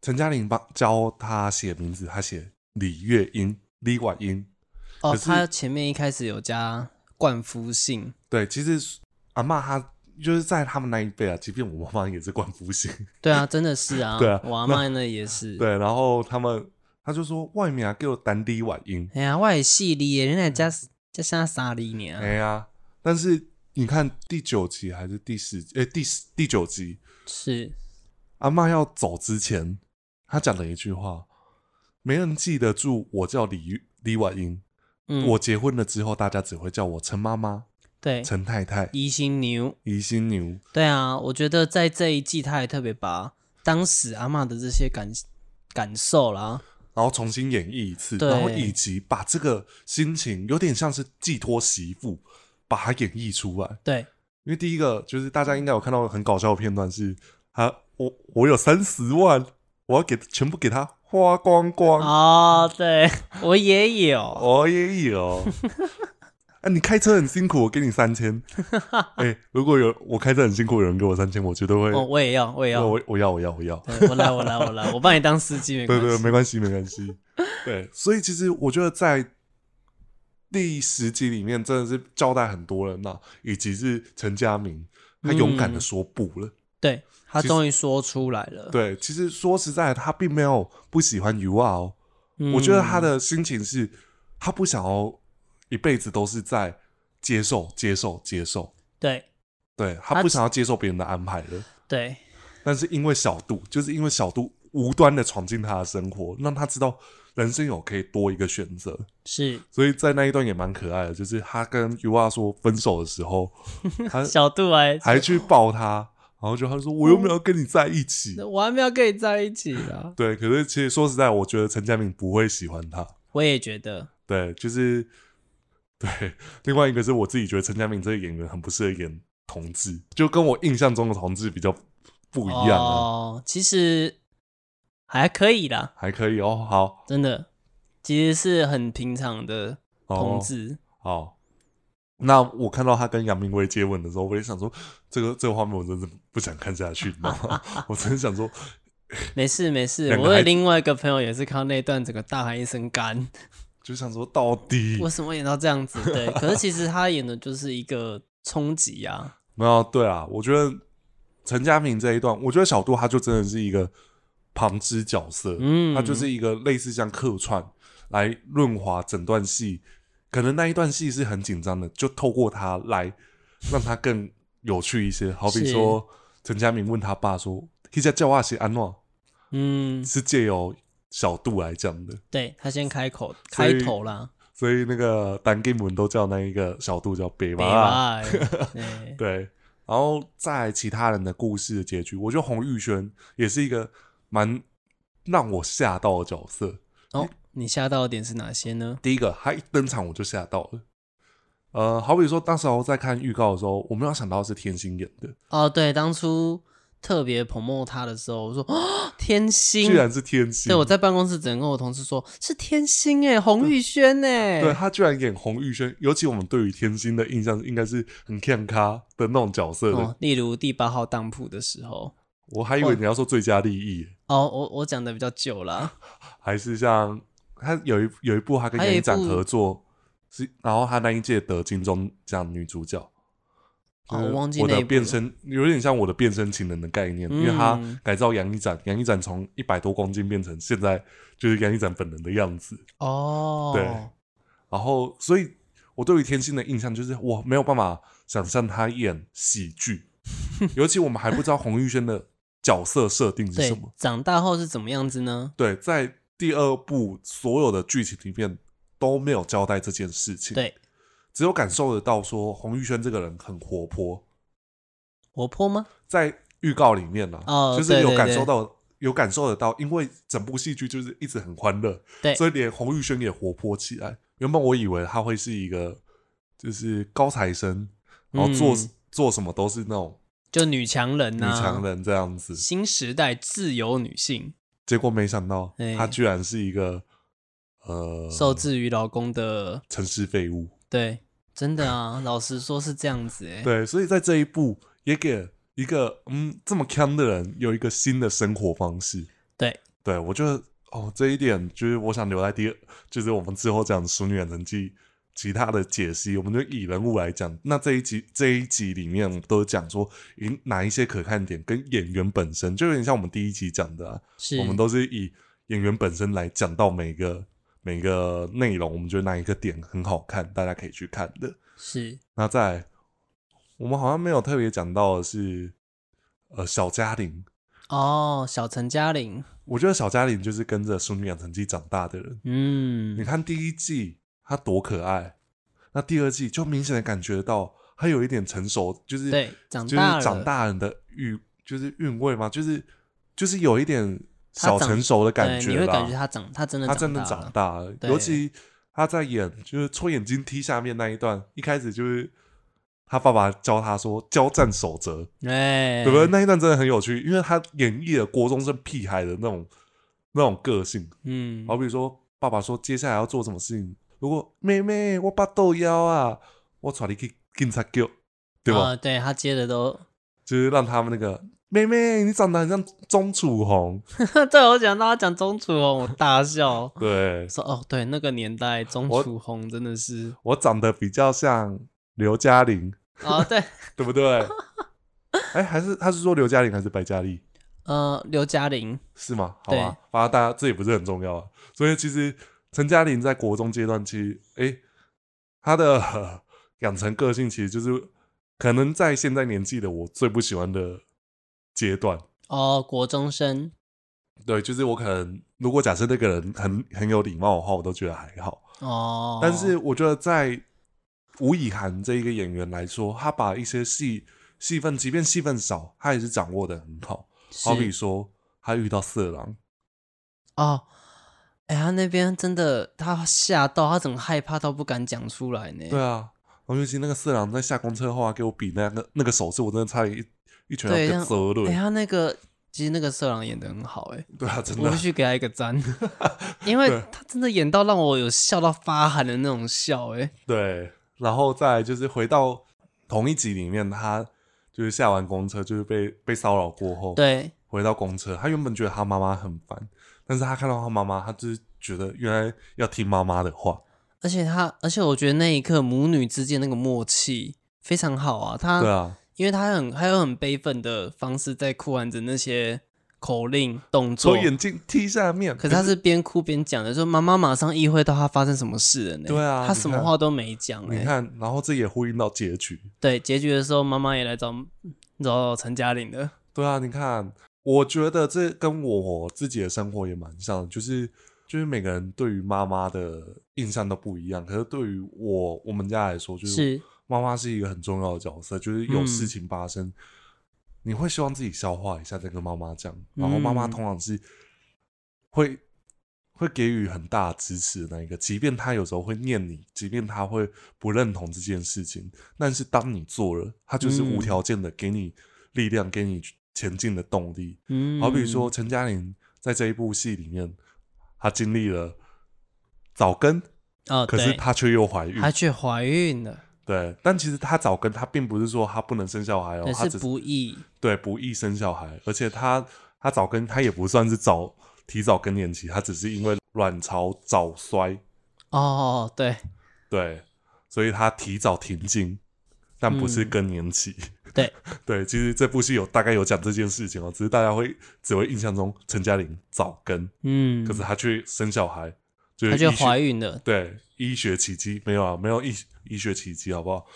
A: 陈嘉玲帮教他写名字，他写李月英、李婉英。
B: 哦
A: 可。是
B: 他前面一开始有加冠夫姓，
A: 对，其实阿嬷她就是在他们那一辈啊，即便我妈妈也是冠夫姓，
B: 对啊，真的是 啊，
A: 对啊
B: 我阿妈那也是。，
A: 对，然后他们他就说外面啊给我单李婉英，
B: 哎呀，我也细哩耶，人家加加像沙哩呢。
A: 哎呀，但是你看第九集还是第十，哎、第十第九集，
B: 是，
A: 阿嬷要走之前，她讲了一句话，没人记得住我叫李李婉英。
B: 嗯，
A: 我结婚了之后，大家只会叫我陈妈妈、
B: 对
A: 陈太太、
B: 一心牛，
A: 宜心牛。
B: 对啊，我觉得在这一季他也特别把当时阿妈的这些感感受啦，
A: 然后重新演绎一次，
B: 对
A: 然后以及把这个心情有点像是寄托媳妇，把它演绎出来。
B: 对，
A: 因为第一个就是大家应该有看到很搞笑的片段是，啊，我我有三十万，我要给全部给他花光光，
B: 哦，对我也有，
A: 我也有。 啊，你开车很辛苦，我给你三 千。哎、如果有我开车很辛苦，有人给我三千，我绝对会，
B: 哦，我也要，我也要，
A: 我我要我要我要。
B: 对我来，我来，我来，我帮你当司机没关
A: 对
B: 系。
A: 对，没关系，没关 系。对，所以其实我觉得在第十集里面真的是交代很多人呐、以及是陈佳明，他勇敢的
B: 嗯
A: 说不了。
B: 对他
A: 其实
B: 终于说出来了。
A: 对，其实说实在的，他并没有不喜欢 U R 哦，
B: 嗯
A: 我觉得他的心情是，他不想要一辈子都是在接受、接受、接受。
B: 对
A: 对他
B: 他
A: 不想要接受别人的安排了，
B: 对
A: 但是因为小度，就是因为小度无端的闯进他的生活，让他知道人生有可以多一个选择。
B: 是
A: 所以在那一段也蛮可爱的，就是他跟 U R 说分手的时 候，他
B: 小哦杜还
A: 呃还去抱他，然后就他说我又没有跟你在一起。
B: 我还没有跟你在一起啊。
A: 对，可是其实说实在，我觉得陈佳明不会喜欢他。
B: 我也觉得，
A: 对，就是对。另外一个是我自己觉得陈佳明这个演员很不适合演同志，就跟我印象中的同志比较 不一样啊。
B: 哦，其实还可以啦，
A: 还可以哦，好，
B: 真的，其实是很平常的
A: 哦、
B: 同志。
A: 好。那我看到他跟杨明威接吻的时候，我也想说，这个这个画面我真是不想看下去，你知道吗？ 我真的想说，
B: 没事没事，
A: 两个
B: 我
A: 孩
B: 有
A: 子嗯
B: 另外一个朋友也是看到那一段，整个大喊一声“干
A: 就想说到底
B: 为什么演到这样子？ 对，可是其实他演的就是一个冲击啊，
A: 没有对啊，我觉得陈嘉明这一段，我觉得小杜他就真的是一个旁支角色，
B: 嗯
A: 他就是一个类似像客串来润滑整段戏，可能那一段戏是很紧张的，就透过他来让他更有趣一些。好比
B: 是
A: 说陈嘉明问他爸说：“他家叫话是安诺，
B: 嗯，
A: 是借由小杜来讲的。”
B: 对他先开口
A: 所以
B: 开头啦，
A: 所以那个单 g a 们都叫那一个小杜叫北
B: 北
A: 啊，
B: 吧， 对，
A: 对，然后在其他人的故事的结局，我觉得洪玉轩也是一个蛮让我吓到的角色。
B: 哦，你吓到的点是哪些呢？
A: 第一个，他一登场我就吓到了。呃，好比说，当时候在看预告的时候，我没有想到是天心演的，
B: 哦，对，当初特别捧梦他的时候， 我说 哦，天心
A: 居，然是天心。
B: 对我在办公室只能跟我同事说是天心哎，洪宇轩哎，
A: 对他居然演洪玉轩，尤其我们对于天心的印象应该是很看咖的那种角色的。
B: 哦，例如第八号当铺的时候，
A: 我还以为你要说最佳利益，
B: 哦，我我讲的比较久啦，
A: 还是像他有一有一部他跟
B: 还有
A: 杨
B: 一
A: 一展
B: 部
A: 合作，是然后他那一届得金钟奖女主角。就
B: 哦
A: 是
B: 我忘记
A: 我
B: 那
A: 的
B: 一部
A: 变
B: 了
A: 身有点像我的变身情人的概念，因为他
B: 嗯
A: 改造杨一展，杨一展从一百多公斤变成现在就是杨一展本人的样子。
B: 哦，
A: 对然后，所以我对于天心的印象就是我没有办法想象他演喜 剧，尤其我们还不知道洪玉轩的角色设定是什
B: 对
A: 么。，
B: 长大后是怎么样子呢？
A: 对，在第二部所有的剧情里面都没有交代这件事情，
B: 对，
A: 只有感受得到说洪玉轩这个人很活泼，
B: 活泼吗？
A: 在预告里面呢、啊
B: 哦
A: 就是
B: 对
A: 有
B: 对
A: 感
B: 对
A: 受到。有感受得到，因为整部戏剧就是一直很欢乐，
B: 对
A: 所以连洪玉轩也活泼起来。原本我以为他会是一个就是高材生，然后做、
B: 嗯
A: 做什么都是那种
B: 就女强人
A: 女
B: 呐、
A: 强人这样子，
B: 新时代自由女性，
A: 结果没想到
B: 哎
A: 他居然是一个呃
B: 受制于老公的，
A: 城市废物。
B: 对，真的啊， 老实说是这样子哎、
A: 对，所以在这一步也给一个嗯这么强的人有一个新的生活方式。
B: 对，
A: 对我觉得哦这一点就是我想留在第二，就是我们之后讲《熟女养成记》其他的解析，我们就以人物来讲。那这一集这一集里面，我们都讲说以哪一些可看点跟演员本身，就有点像我们第一集讲的、啊，
B: 是，
A: 我们都是以演员本身来讲到每个。每个内容，我们觉得哪一个点很好看，大家可以去看的。
B: 是
A: 那再来我们好像没有特别讲到的是，呃，小嘉玲。
B: 哦，小陈嘉玲，
A: 我觉得小嘉玲就是跟着《淑女养成记》长大的人。你
B: 嗯，
A: 看第一季她多可爱，那第二季就明显的感觉到她有一点成熟，就是
B: 对长
A: 就是
B: 大了
A: 长大人的韵，就是韵味嘛，就是就是有一点小
B: 她长
A: 成熟的感
B: 对，
A: 觉
B: 你会
A: 啦
B: 感觉她长，她真的
A: 他真的
B: 大
A: 长
B: 了，
A: 大了，
B: 对
A: 尤其他在演就是搓眼睛踢下面那一段，一开始就是他爸爸教他说交战守则，
B: 哎、
A: 对不对？？那一段真的很有趣，因为他演绎了国中生屁孩的那种那种个性，
B: 嗯，
A: 好比说爸爸说接下来要做什么事情，如果妹妹我把豆腰啊，我带你去警察局，对吧？
B: 啊对他接的都，
A: 就是让他们那个妹妹你长得很像钟楚红，。
B: 对我讲到他讲钟楚红，我大笑
A: 对
B: 说哦，对，那个年代钟
A: 我
B: 楚红真的是
A: 我长得比较像刘嘉玲。
B: 哦，对，
A: 对 不对？哎，还是他是说刘嘉玲还是白嘉丽
B: 呃，刘嘉玲，
A: 是吗？好
B: 对
A: 吧，反正大家这也不是很重要啊。所以其实陈嘉玲在国中阶段，其实哎，她的 呃养成个性其实就是可能在现在年纪的我最不喜欢的阶段。
B: 哦，国中生，
A: 对，就是我可能如果假设那个人很很有礼貌的话，我都觉得还好。
B: 哦，
A: 但是我觉得在吴以涵这一个演员来说，他把一些戏戏份，即便戏份少，他也是掌握的很好。
B: 是
A: 好比说，他遇到色狼，
B: 哦，哎、他那边真的，他吓到，他整个害怕到不敢讲出来呢。
A: 对啊，然后尤其那个色狼在下公车后啊，给我比那个那个手势，我真的差点一一拳要
B: 对
A: 给
B: 像
A: 折
B: 哎、
A: 了。
B: 他那个其实那个色狼演的很好、哎，
A: 对啊，真
B: 我
A: 的
B: 必，须给他一 个赞，因为
A: 对
B: 他真的演到让我有笑到发寒的那种笑、哎，
A: 对。然后再来就是回到同一集里面，他就是下完公车，就是被被骚扰过后，
B: 对，
A: 回到公车，他原本觉得他妈妈很烦，但是他看到他妈妈，他就是觉得原来要听妈妈的话。
B: 而且他，而且我觉得那一刻母女之间那个默契非常好啊。他，
A: 对啊，
B: 因为他很还有很悲愤的方式在哭喊着那些口令动作
A: 从，眼镜踢下面，
B: 可是他是边哭边讲的，说妈妈马上意会到他发生什么事了呢。
A: 对啊
B: 他什
A: 你
B: 么
A: 看
B: 话都没讲
A: 你
B: 哎。
A: 看，然后这也呼应到结局。
B: 对，结局的时候妈妈也来找找陈嘉玲的，
A: 对啊，你看，我觉得这跟我自己的生活也蛮像的，就是就是每个人对于妈妈的印象都不一样。可是对于我我们家来说，就是
B: 是
A: 妈妈是一个很重要的角色，就是有
B: 嗯
A: 事情发生，你会希望自己消化一下再跟妈妈讲，然后妈妈
B: 嗯
A: 通常是会。会给予很大的支持的那一个，即便她有时候会念你，即便她会不认同这件事情，但是当你做了，她就是
B: 嗯
A: 无条件的给你力量，给你前进的动力。
B: 嗯，
A: 好比说，陈嘉玲在这一部戏里面，她经历了早更，
B: 哦，
A: 可是
B: 对
A: 她却又怀孕
B: 她。却怀孕了，
A: 对，但其实她早更，她并不是说她不能生小孩哦
B: 可，
A: 她
B: 是
A: 只
B: 不易。
A: 对不易生小孩，而且她她早更，她也不算是早提早更年期，她只是因为卵巢早衰，
B: 哦，对
A: 对，所以她提早停经，但不是
B: 嗯
A: 更年期。
B: 对，
A: 对，其实这部戏有大概有讲这件事情哦，只是大家会只会印象中陈嘉玲早更，
B: 嗯，
A: 可是她去生小孩，就
B: 她
A: 是
B: 就
A: 医学
B: 怀孕了，
A: 对医学奇迹没有啊，没有医医学奇迹好不好？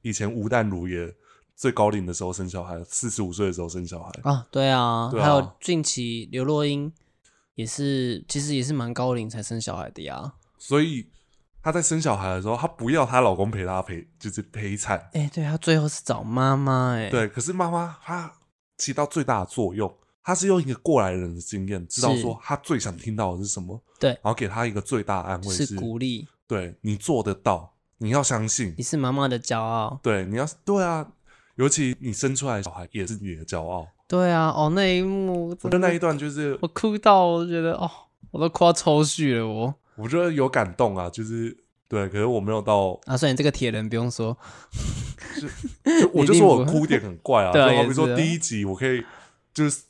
A: 以前吴淡如也最高龄的时候生小孩，四十五岁的时候生小孩，
B: 啊，对啊，
A: 对
B: 还有
A: 啊
B: 近期刘若英也是，其实也是蛮高龄才生小孩的呀。
A: 所以她在生小孩的时候，她不要她老公陪她陪，就是陪产。
B: 哎、对她最后是找妈妈、哎，，
A: 对，可是妈妈她起到最大的作用，她是用一个过来人的经验，知道
B: 是
A: 说她最想听到的是什么，
B: 对
A: 然后给她一个最大的安慰
B: 是鼓励，
A: 对你做得到，你要相信
B: 你，是妈妈的骄傲。
A: 对，你要对啊，尤其你生出来的小孩也是你的骄傲。
B: 对啊，哦，那一幕
A: 我觉
B: 真
A: 得
B: 的，
A: 那一段就是
B: 我，哭到，我觉得哦，我都哭到抽搐了我。
A: 我觉得有感动啊，就是对，可是我没有 到，
B: 啊，所以你这个铁人不用说，
A: 就我就
B: 一定
A: 说我
B: 不
A: 哭点很怪啊，
B: 对啊
A: 就好
B: 也
A: 比
B: 是
A: 说
B: 啊
A: 第一集我可以就是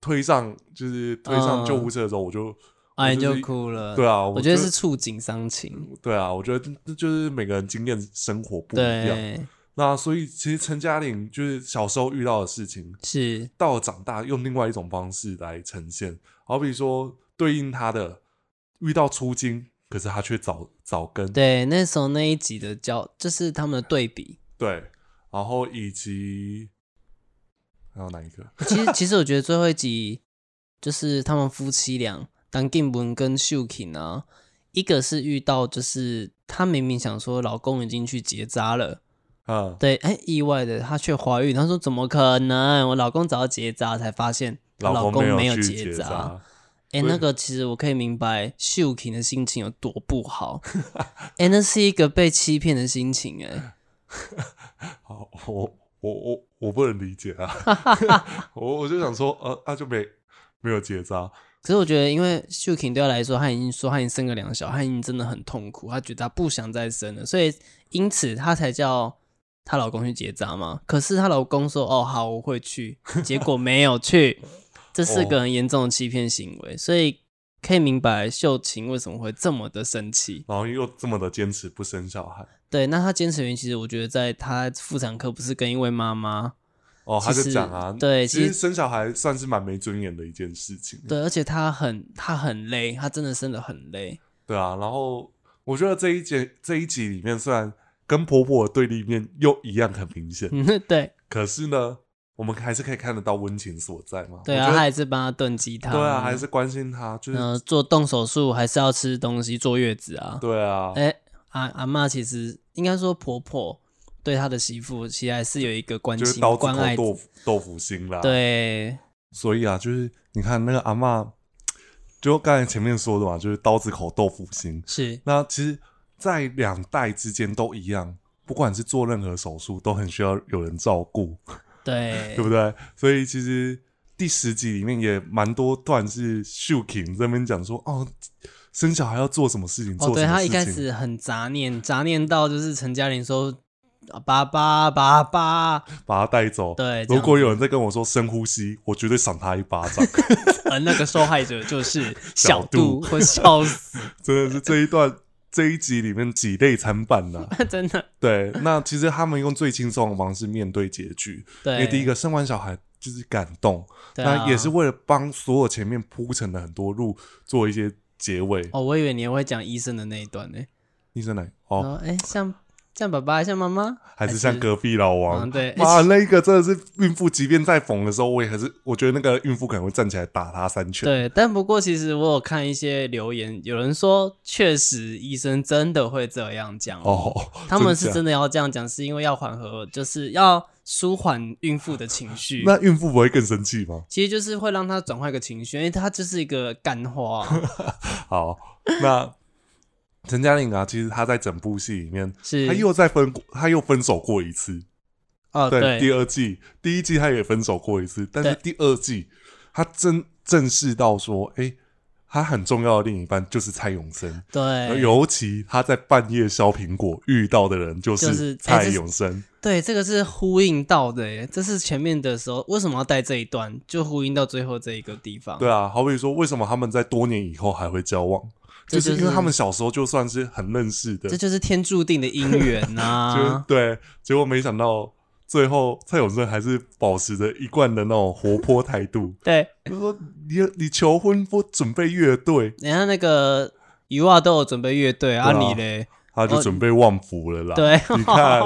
A: 推上，就是推上救护车的时候我就，
B: 啊，
A: 我
B: 你
A: 就
B: 就是哭了。
A: 对啊，
B: 嗯我觉得是触景伤情。
A: 对啊，我觉得这就是每个人经验生活不一样。
B: 对，
A: 那所以其实陈嘉玲就是小时候遇到的事情，
B: 是，
A: 到了长大用另外一种方式来呈现，好比说对应他的遇到出金，可是他却早早更，
B: 对，那时候那一集的交，就是他们的对比。
A: 对然后以及还有哪一个？
B: 其实其实我觉得最后一集就是他们夫妻俩，当定文跟秀琴啊，一个是遇到就是她明明想说老公已经去结扎了，
A: 嗯，
B: 对，哎，意外的她却怀孕，她说怎么可能？我老公早要结扎，才发现她
A: 老
B: 公没
A: 有去
B: 结扎。
A: 扎，
B: 哎，那个其实我可以明白秀琴的心情有多不好， 哎，那是一个被欺骗的心情，哎，
A: 好，我我我我不能理解 啊，我我就想说，呃，他、就没没有结扎，
B: 可是我觉得，因为秀琴对她来说，她已经说她已经生个两个小孩，她已经真的很痛苦，她觉得她不想再生了，所以因此她才叫她老公去结扎嘛。可是她老公说：“哦，好，我会去。” 结果没有去，这是个很严重的欺骗行为，所以可以明白秀琴为什么会这么的生气。
A: 然后又这么的坚持不生小孩，
B: 对，那她坚持的原因，其实我觉得在她妇产科不是跟一位妈妈，
A: 哦，他
B: 其
A: 就
B: 实
A: 讲啊，
B: 对
A: 其
B: 其
A: 实
B: 实
A: 生小孩算是蛮没尊严的一件事情，
B: 对，而且她很她很累，她真的生的很累。
A: 对啊，然后我觉得这一节这一集里面，虽然跟婆婆的对立面又一样很明显，
B: 嗯，对
A: 可是呢，我们还是可以看得到温情所在嘛。
B: 对
A: 我
B: 啊，
A: 觉
B: 她
A: 得
B: 还是帮她炖鸡汤。
A: 对啊，还是关心她，就是、
B: 呃，做动手术还是要吃东西，坐月子啊。
A: 对啊，
B: 哎、阿阿嬷其实应该说婆婆对她的媳妇，其实还是有一个关
A: 就是
B: 心、
A: 刀子
B: 关爱
A: 口。豆腐豆腐心啦。，
B: 对，
A: 所以啊，就是你看那个阿嬷，就刚才前面说的嘛，就是刀子口豆腐心。
B: 是
A: 那其实，在两代之间都一样，不管是做任何手术，都很需要有人照顾。
B: 对
A: 对不对？所以其实第十集里面也蛮多段是秀琴这边讲说，哦，生小孩要做什么事情，
B: 哦，
A: 做
B: 对
A: 什么
B: 她
A: 事
B: 一
A: 情。
B: 开始很杂念，杂念到就是陈嘉玲说啊爸爸爸爸，
A: 把他带走。
B: 对这样
A: 如果有人在跟我说深呼吸，我绝对赏他一巴掌。
B: 呃，那个受害者就是
A: 小
B: 小
A: 度
B: 度，我笑死，
A: 真的是这一段这一集里面几类参半 呐、
B: 真的。
A: 对，那其实他们用最轻松的方式面对结局，因
B: 对，
A: 为第一个生完小孩就是感动，
B: 对啊
A: 那也是为了帮所有前面铺陈的很多路做一些结尾。
B: 哦，我以为你会讲医生的那一段呢。
A: 医生来
B: 然
A: 哦，
B: 后哎，像像爸爸，像妈妈，
A: 还是像隔壁老王，
B: 嗯对
A: 妈那个真的是孕妇，即便在缝的时候，我也还是我觉得那个孕妇可能会站起来打他三拳。
B: 对，但不过其实我有看一些留言，有人说确实医生真的会这样讲，
A: 哦，
B: 他们是
A: 假
B: 真的要这样讲，是因为要缓和，就是要舒缓孕妇的情绪。
A: 那孕妇不会更生气吗？
B: 其实就是会让她转换一个情绪，因为她就是一个干花 啊、
A: 好，那陈嘉玲啊，其实她在整部戏里面，
B: 是
A: 她又再分，她又分手过一次。
B: 哦，
A: 对，第
B: 对，
A: 二季，第一季她也分手过一次，但是
B: 对
A: 第二季她正正视到说，哎、她很重要的另一半就是蔡永生，
B: 对，
A: 尤其她在半夜削苹果遇到的人就
B: 就是
A: 是
B: 哎
A: 蔡
B: 这是
A: 永生。
B: 对，这个是呼应到的耶，这是前面的时候为什么要带这一段，就呼应到最后这一个地方。
A: 对啊，好比说，为什么他们在多年以后还会交往？
B: 这
A: 就是因为
B: 就是
A: 他们小时候就算是很认识的，
B: 这就是天注定的姻缘啊
A: 就是、
B: 呐，
A: 对，结果没想到最后蔡永胜还是保持着一贯的那种活泼态度
B: 对，
A: 就说你你求婚不准备乐队，
B: 人家那个余袜都有准备乐队啊，
A: 对啊
B: 你嘞？
A: 他就准备旺福了啦。
B: 哦对，
A: 你看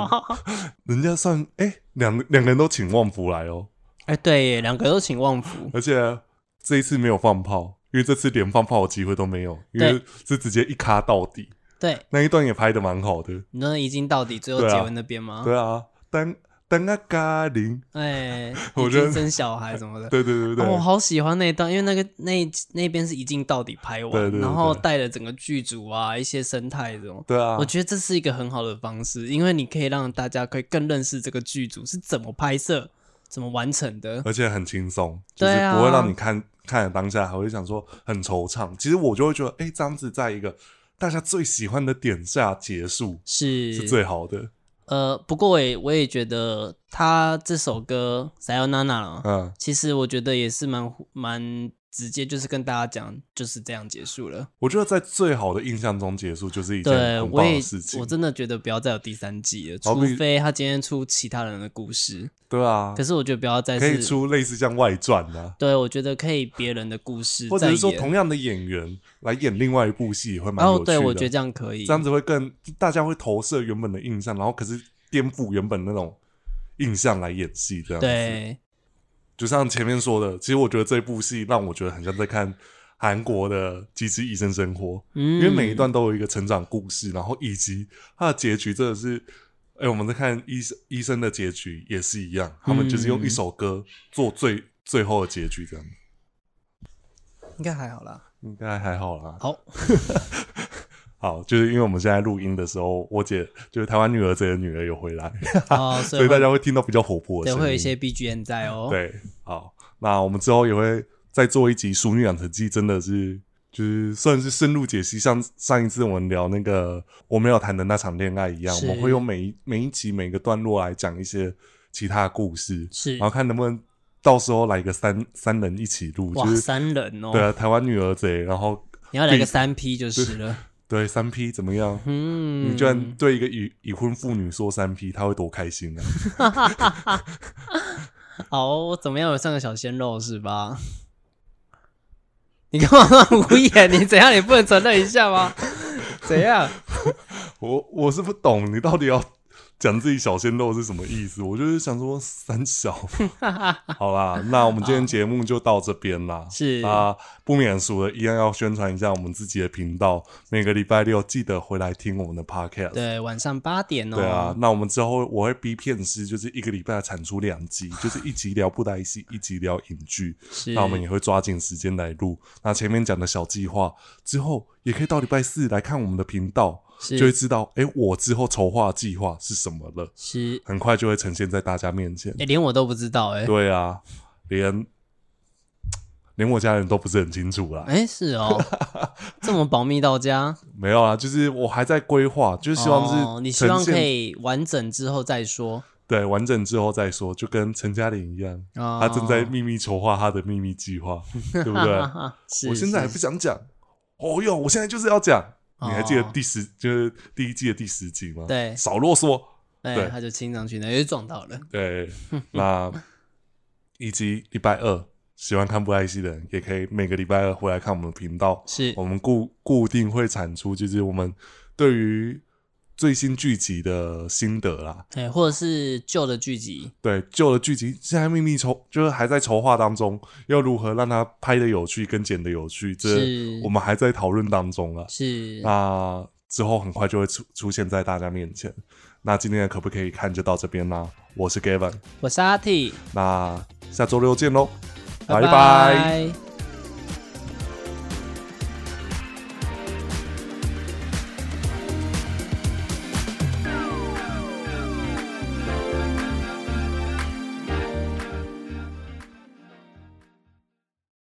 A: 人家算哎，两两个人都请旺福来哦，
B: 哎，对耶，两个都请旺福。
A: 而且这一次没有放炮，因为这次连放炮的机会都没有，因为是直接一卡到底。
B: 对，
A: 那一段也拍的蛮好的，
B: 你说已经到底最后
A: 对啊
B: 结婚那边吗？
A: 对啊，当当啊嘎铃，
B: 哎，
A: 我
B: 已
A: 觉得
B: 经生小孩什么的。
A: 对 对对对
B: 哦我
A: 对，
B: 好喜欢那一段，因为那个那那边是一镜到底拍完，
A: 对对对
B: 然后
A: 对
B: 带了整个剧组啊，一些生态这种。
A: 对啊
B: 我，觉得这是一个很好的方式，因为你可以让大家可以更认识这个剧组是怎么拍摄、怎么完成的。
A: 而且很轻松，就
B: 对
A: 是
B: 啊
A: 不会让你看、看了当下还会想说很惆怅。其实我就会觉得，哎、这样子在一个大家最喜欢的点下结束
B: 是
A: 是最好的。
B: 呃，不过我也我也觉得他这首歌《塞 a 娜娜》了，
A: 嗯，
B: 其实我觉得也是蛮蛮直接，就是跟大家讲就是这样结束了。
A: 我觉得在最好的印象中结束就是一件
B: 对，
A: 很
B: 我
A: 棒
B: 也
A: 的事情
B: 我。真的觉得不要再有第三季了，
A: 好
B: 除
A: 比
B: 非他今天出其他人的故事。
A: 对啊
B: 可，是我觉得不要再
A: 可以
B: 是，
A: 出类似像外传啊，
B: 对我觉得可以别人的故事
A: 或者
B: 再
A: 是说
B: 演。
A: 同样的演员来演另外一部戏也会蛮有趣
B: 哦，
A: 的。
B: 对，我觉得这样可以。
A: 这样子会更大家会投射原本的印象，然后可是颠覆原本那种印象来演戏，这样子。
B: 对，
A: 就像前面说的，其实我觉得这部戏让我觉得很像在看韩国的《机智医生生活》，因
B: 嗯，
A: 为每一段都有一个成长故事，然后以及它的结局真的是，哎、我们在看医生医生的结局也是一样，他们就是用
B: 嗯
A: 一首歌做最、最后的结局，这样
B: 嗯应该还 好啦。
A: 应该还好啦。
B: 好，
A: 好，就是因为我们现在录音的时候，我姐就是台湾女儿这个女儿有回来，
B: 哦，
A: 所
B: 所
A: 以
B: 以
A: 大
B: 会
A: 家会听到比较活泼的
B: 对
A: 声音，
B: 会有一些 BGM 在哦。，
A: 对，好，那我们之后也会再做一集《淑女养成记》，真的是就是算是深入解析，像上一次我们聊那个我没有谈的那场恋爱一样，我
B: 是
A: 们会用每一每一集每个段落来讲一些其他的故事，
B: 是
A: 然后看能不能到时候来个三三人一起录，
B: 哇
A: 就，是
B: 三人哦
A: 对，啊，台湾女儿贼，然后
B: 你要来
A: 比
B: 个三 P 就是了。
A: 对三 P 怎么样？
B: 嗯，
A: 你居然对一个已已婚妇女说三 P，她会多开心啊！
B: 好，怎么样？有上个小鲜肉是吧？ 你干嘛那么无言？你怎样？你不能承认一下吗？ 怎样？
A: 我我是不懂你到底要讲自己小鲜肉是什么意思，我就是想说三小。 好啦，那我们今天节目就到这边啦。
B: 是
A: 啊，不免俗的，一样要宣传一下我们自己的频道，每个礼拜六记得回来听我们的 podcast。
B: 对，哦晚上八点哦。
A: 对啊，，那我们之后我会逼片师，就是一个礼拜产出两集，就是一集聊布袋戏，一集聊影剧。
B: 是。
A: 那我们也会抓紧时间来录。那前面讲的小计划之后，也可以到礼拜四来看我们的频道，
B: 是
A: 就会知道，哎、我之后筹划计划是什么了，
B: 是，
A: 很快就会呈现在大家面前
B: 哎、。连我都不知道哎、
A: 对啊，连连我家人都不是很清楚啦。
B: 哎、是 哦，这么保密到家，
A: 没有啊，就是我还在规划，就是希望是、呈
B: 哦、你希望
A: 现
B: 可以完整之后再说。
A: 对完整之后再说，就跟陈嘉玲一样，
B: 哦、啊
A: 她正在秘密筹划她的秘密计 划，对不对？
B: 是，
A: 我现在还不
B: 是
A: 想讲，哦哟，我现在就是要讲。你还记得
B: 哦
A: 第十、就是第一季的第十集吗？
B: 对
A: 少啰嗦。对
B: 对，哎他就亲上去，那就撞到了。
A: 对，那以及礼拜二喜欢看布莱希的人，也可以每个礼拜二回来看我们的频道。
B: 是
A: 我们固固定会产出，就是我们对于最新剧集的心得啦。
B: 哎，或者是旧的剧集，
A: 对，旧的剧集现在秘密筹，就是还在筹划当中，要如何让它拍的有趣跟剪的有趣，这
B: 是
A: 我们还在讨论当中了。
B: 是
A: 啊那之后很快就会出出现在大家面前。那今天的可不可以看就到这边啦，我是 Gavin，
B: 我是阿 T，
A: 那下周六见喽，拜
B: 拜
A: 拜。
B: 拜